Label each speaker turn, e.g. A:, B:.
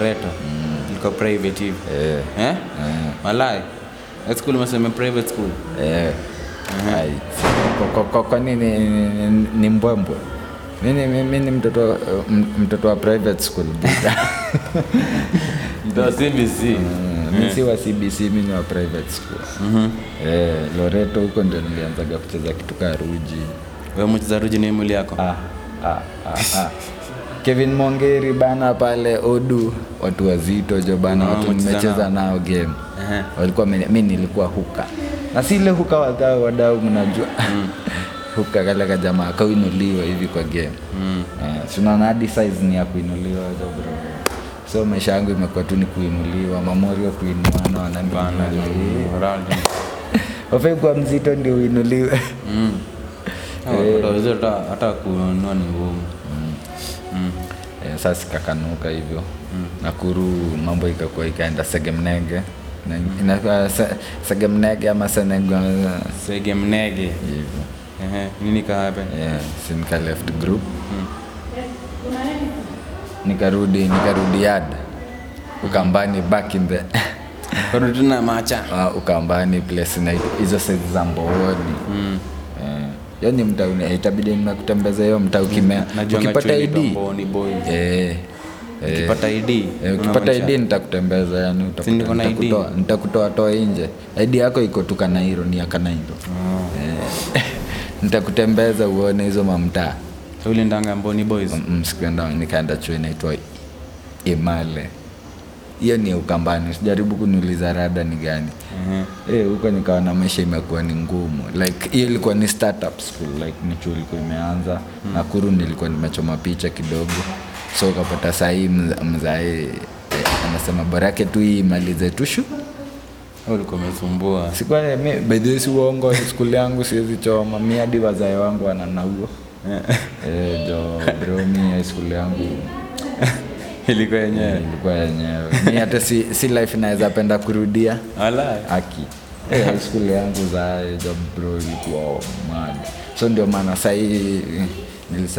A: Leta. Liko private hivi.
B: Mm. Eh.
A: Eh? Malai. Eh, School umesema private school.
B: Eh. Ai. Kwa- kwa- kwa- kwa nini ni- ni- ni mbwembwe mimi mimi ni mtoto wa- m- mtoto wa private school
A: Ndio CBC.
B: mi si wa cbc mi ni wa private school eh, loreto huko ndio nilianzaga kucheza kitu kaa ruji
A: Wewe mchezaji ni mwili yako.
B: ah, ah, ah, ah. kevin mongeri bana pale odu watu wazito jo bana
A: Ah,
B: watu
A: mmecheza
B: nimecheza nao game
A: Ehe.
B: walikuwa mene- mi nilikuwa huka na si ile huka wadau wadau mnajua huka kale kajamaa akauinuliwa hivi kwa game mm. sunaona hadi size ni ya kuinuliwa jo bro so maisha yangu imekuwa tu ni kuinuliwa mamorio kuinuana
A: Bana.
B: wananiinuana.
A: Mm. Ronaldo.
B: wafai kuwa mzito ndio uinuliwe
A: Utaweza Mm. hata hata kununua ni ngumu.
B: Mm.
A: Mm.
B: Eh, sasa ikakanuka hivyo nakuru mambo ikakuwa ikaenda segemnege Na- ina- uh, se- segemnege ama senego
A: Sege mnege.
B: hivyo
A: Ehe. Nini ka happen? Mm.
B: Eh, si nika left group nikarudi nikarudi yad ukambani back in the
A: Kwa tuna macha.
B: Ah, ukambani place na hizo sehemu za mbooni
A: Mm.
B: Eh, hiyo ni mtaa uni- itabidi nimekutembeza hiyo mtaa ukimea
A: Najua
B: ukipata
A: ngachoni
B: ID
A: tombo ni boy.
B: eh, eh.
A: Ukipata ID.
B: Eh, ukipata ID nitakutembeza yani yaani utakuta-
A: Si niko na ID?
B: nitakutoa- nitakutoa toa nje ID yako iko tu Kanairo ni ya Kanairo
A: Mm.
B: Eh, nitakutembeza uone hizo mamtaa
A: Uli ndanga mboni boys.
B: Mm, sikuenda nikaenda chuo inaitwa Imale hiyo ni ya Ukambani sijaribu kuniuliza rada ni gani
A: Ehe.
B: Eh, huko nikawa na maisha imekuwa ni ngumu like hiyo ilikuwa ni startup school like ni chuo ilikuwa imeanza nakuru nilikuwa nimechoma picha kidogo so ukapata sahii mzae eh, anasema bora yake tu hii imalize tu shu
A: Ulikuwa umesumbua.
B: sikuwa bedhesi uongo skuli yangu siwezi choma mi hadi wazae wangu wananauo eh, jo bromi skuli yangu
A: Ilikuwa yenyewe.
B: ilikuwa yenyewe mi hata si, si life naweza penda kurudia
A: Alai.
B: aki Eh, skul yangu za job bro ilikuwa mad so ndio maana sahii